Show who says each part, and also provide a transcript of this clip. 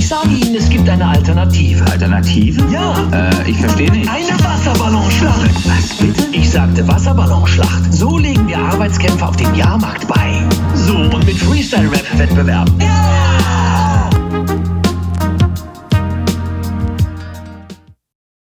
Speaker 1: sage Ihnen, es gibt eine Alternative.
Speaker 2: Alternative?
Speaker 1: Ja.
Speaker 2: Äh, ich verstehe nicht.
Speaker 1: Eine Wasserballonschlacht.
Speaker 2: Was bitte?
Speaker 1: Ich sagte Wasserballonschlacht. So legen wir Arbeitskämpfe auf dem Jahrmarkt bei. So, und mit Freestyle-Rap-Wettbewerben. Ja.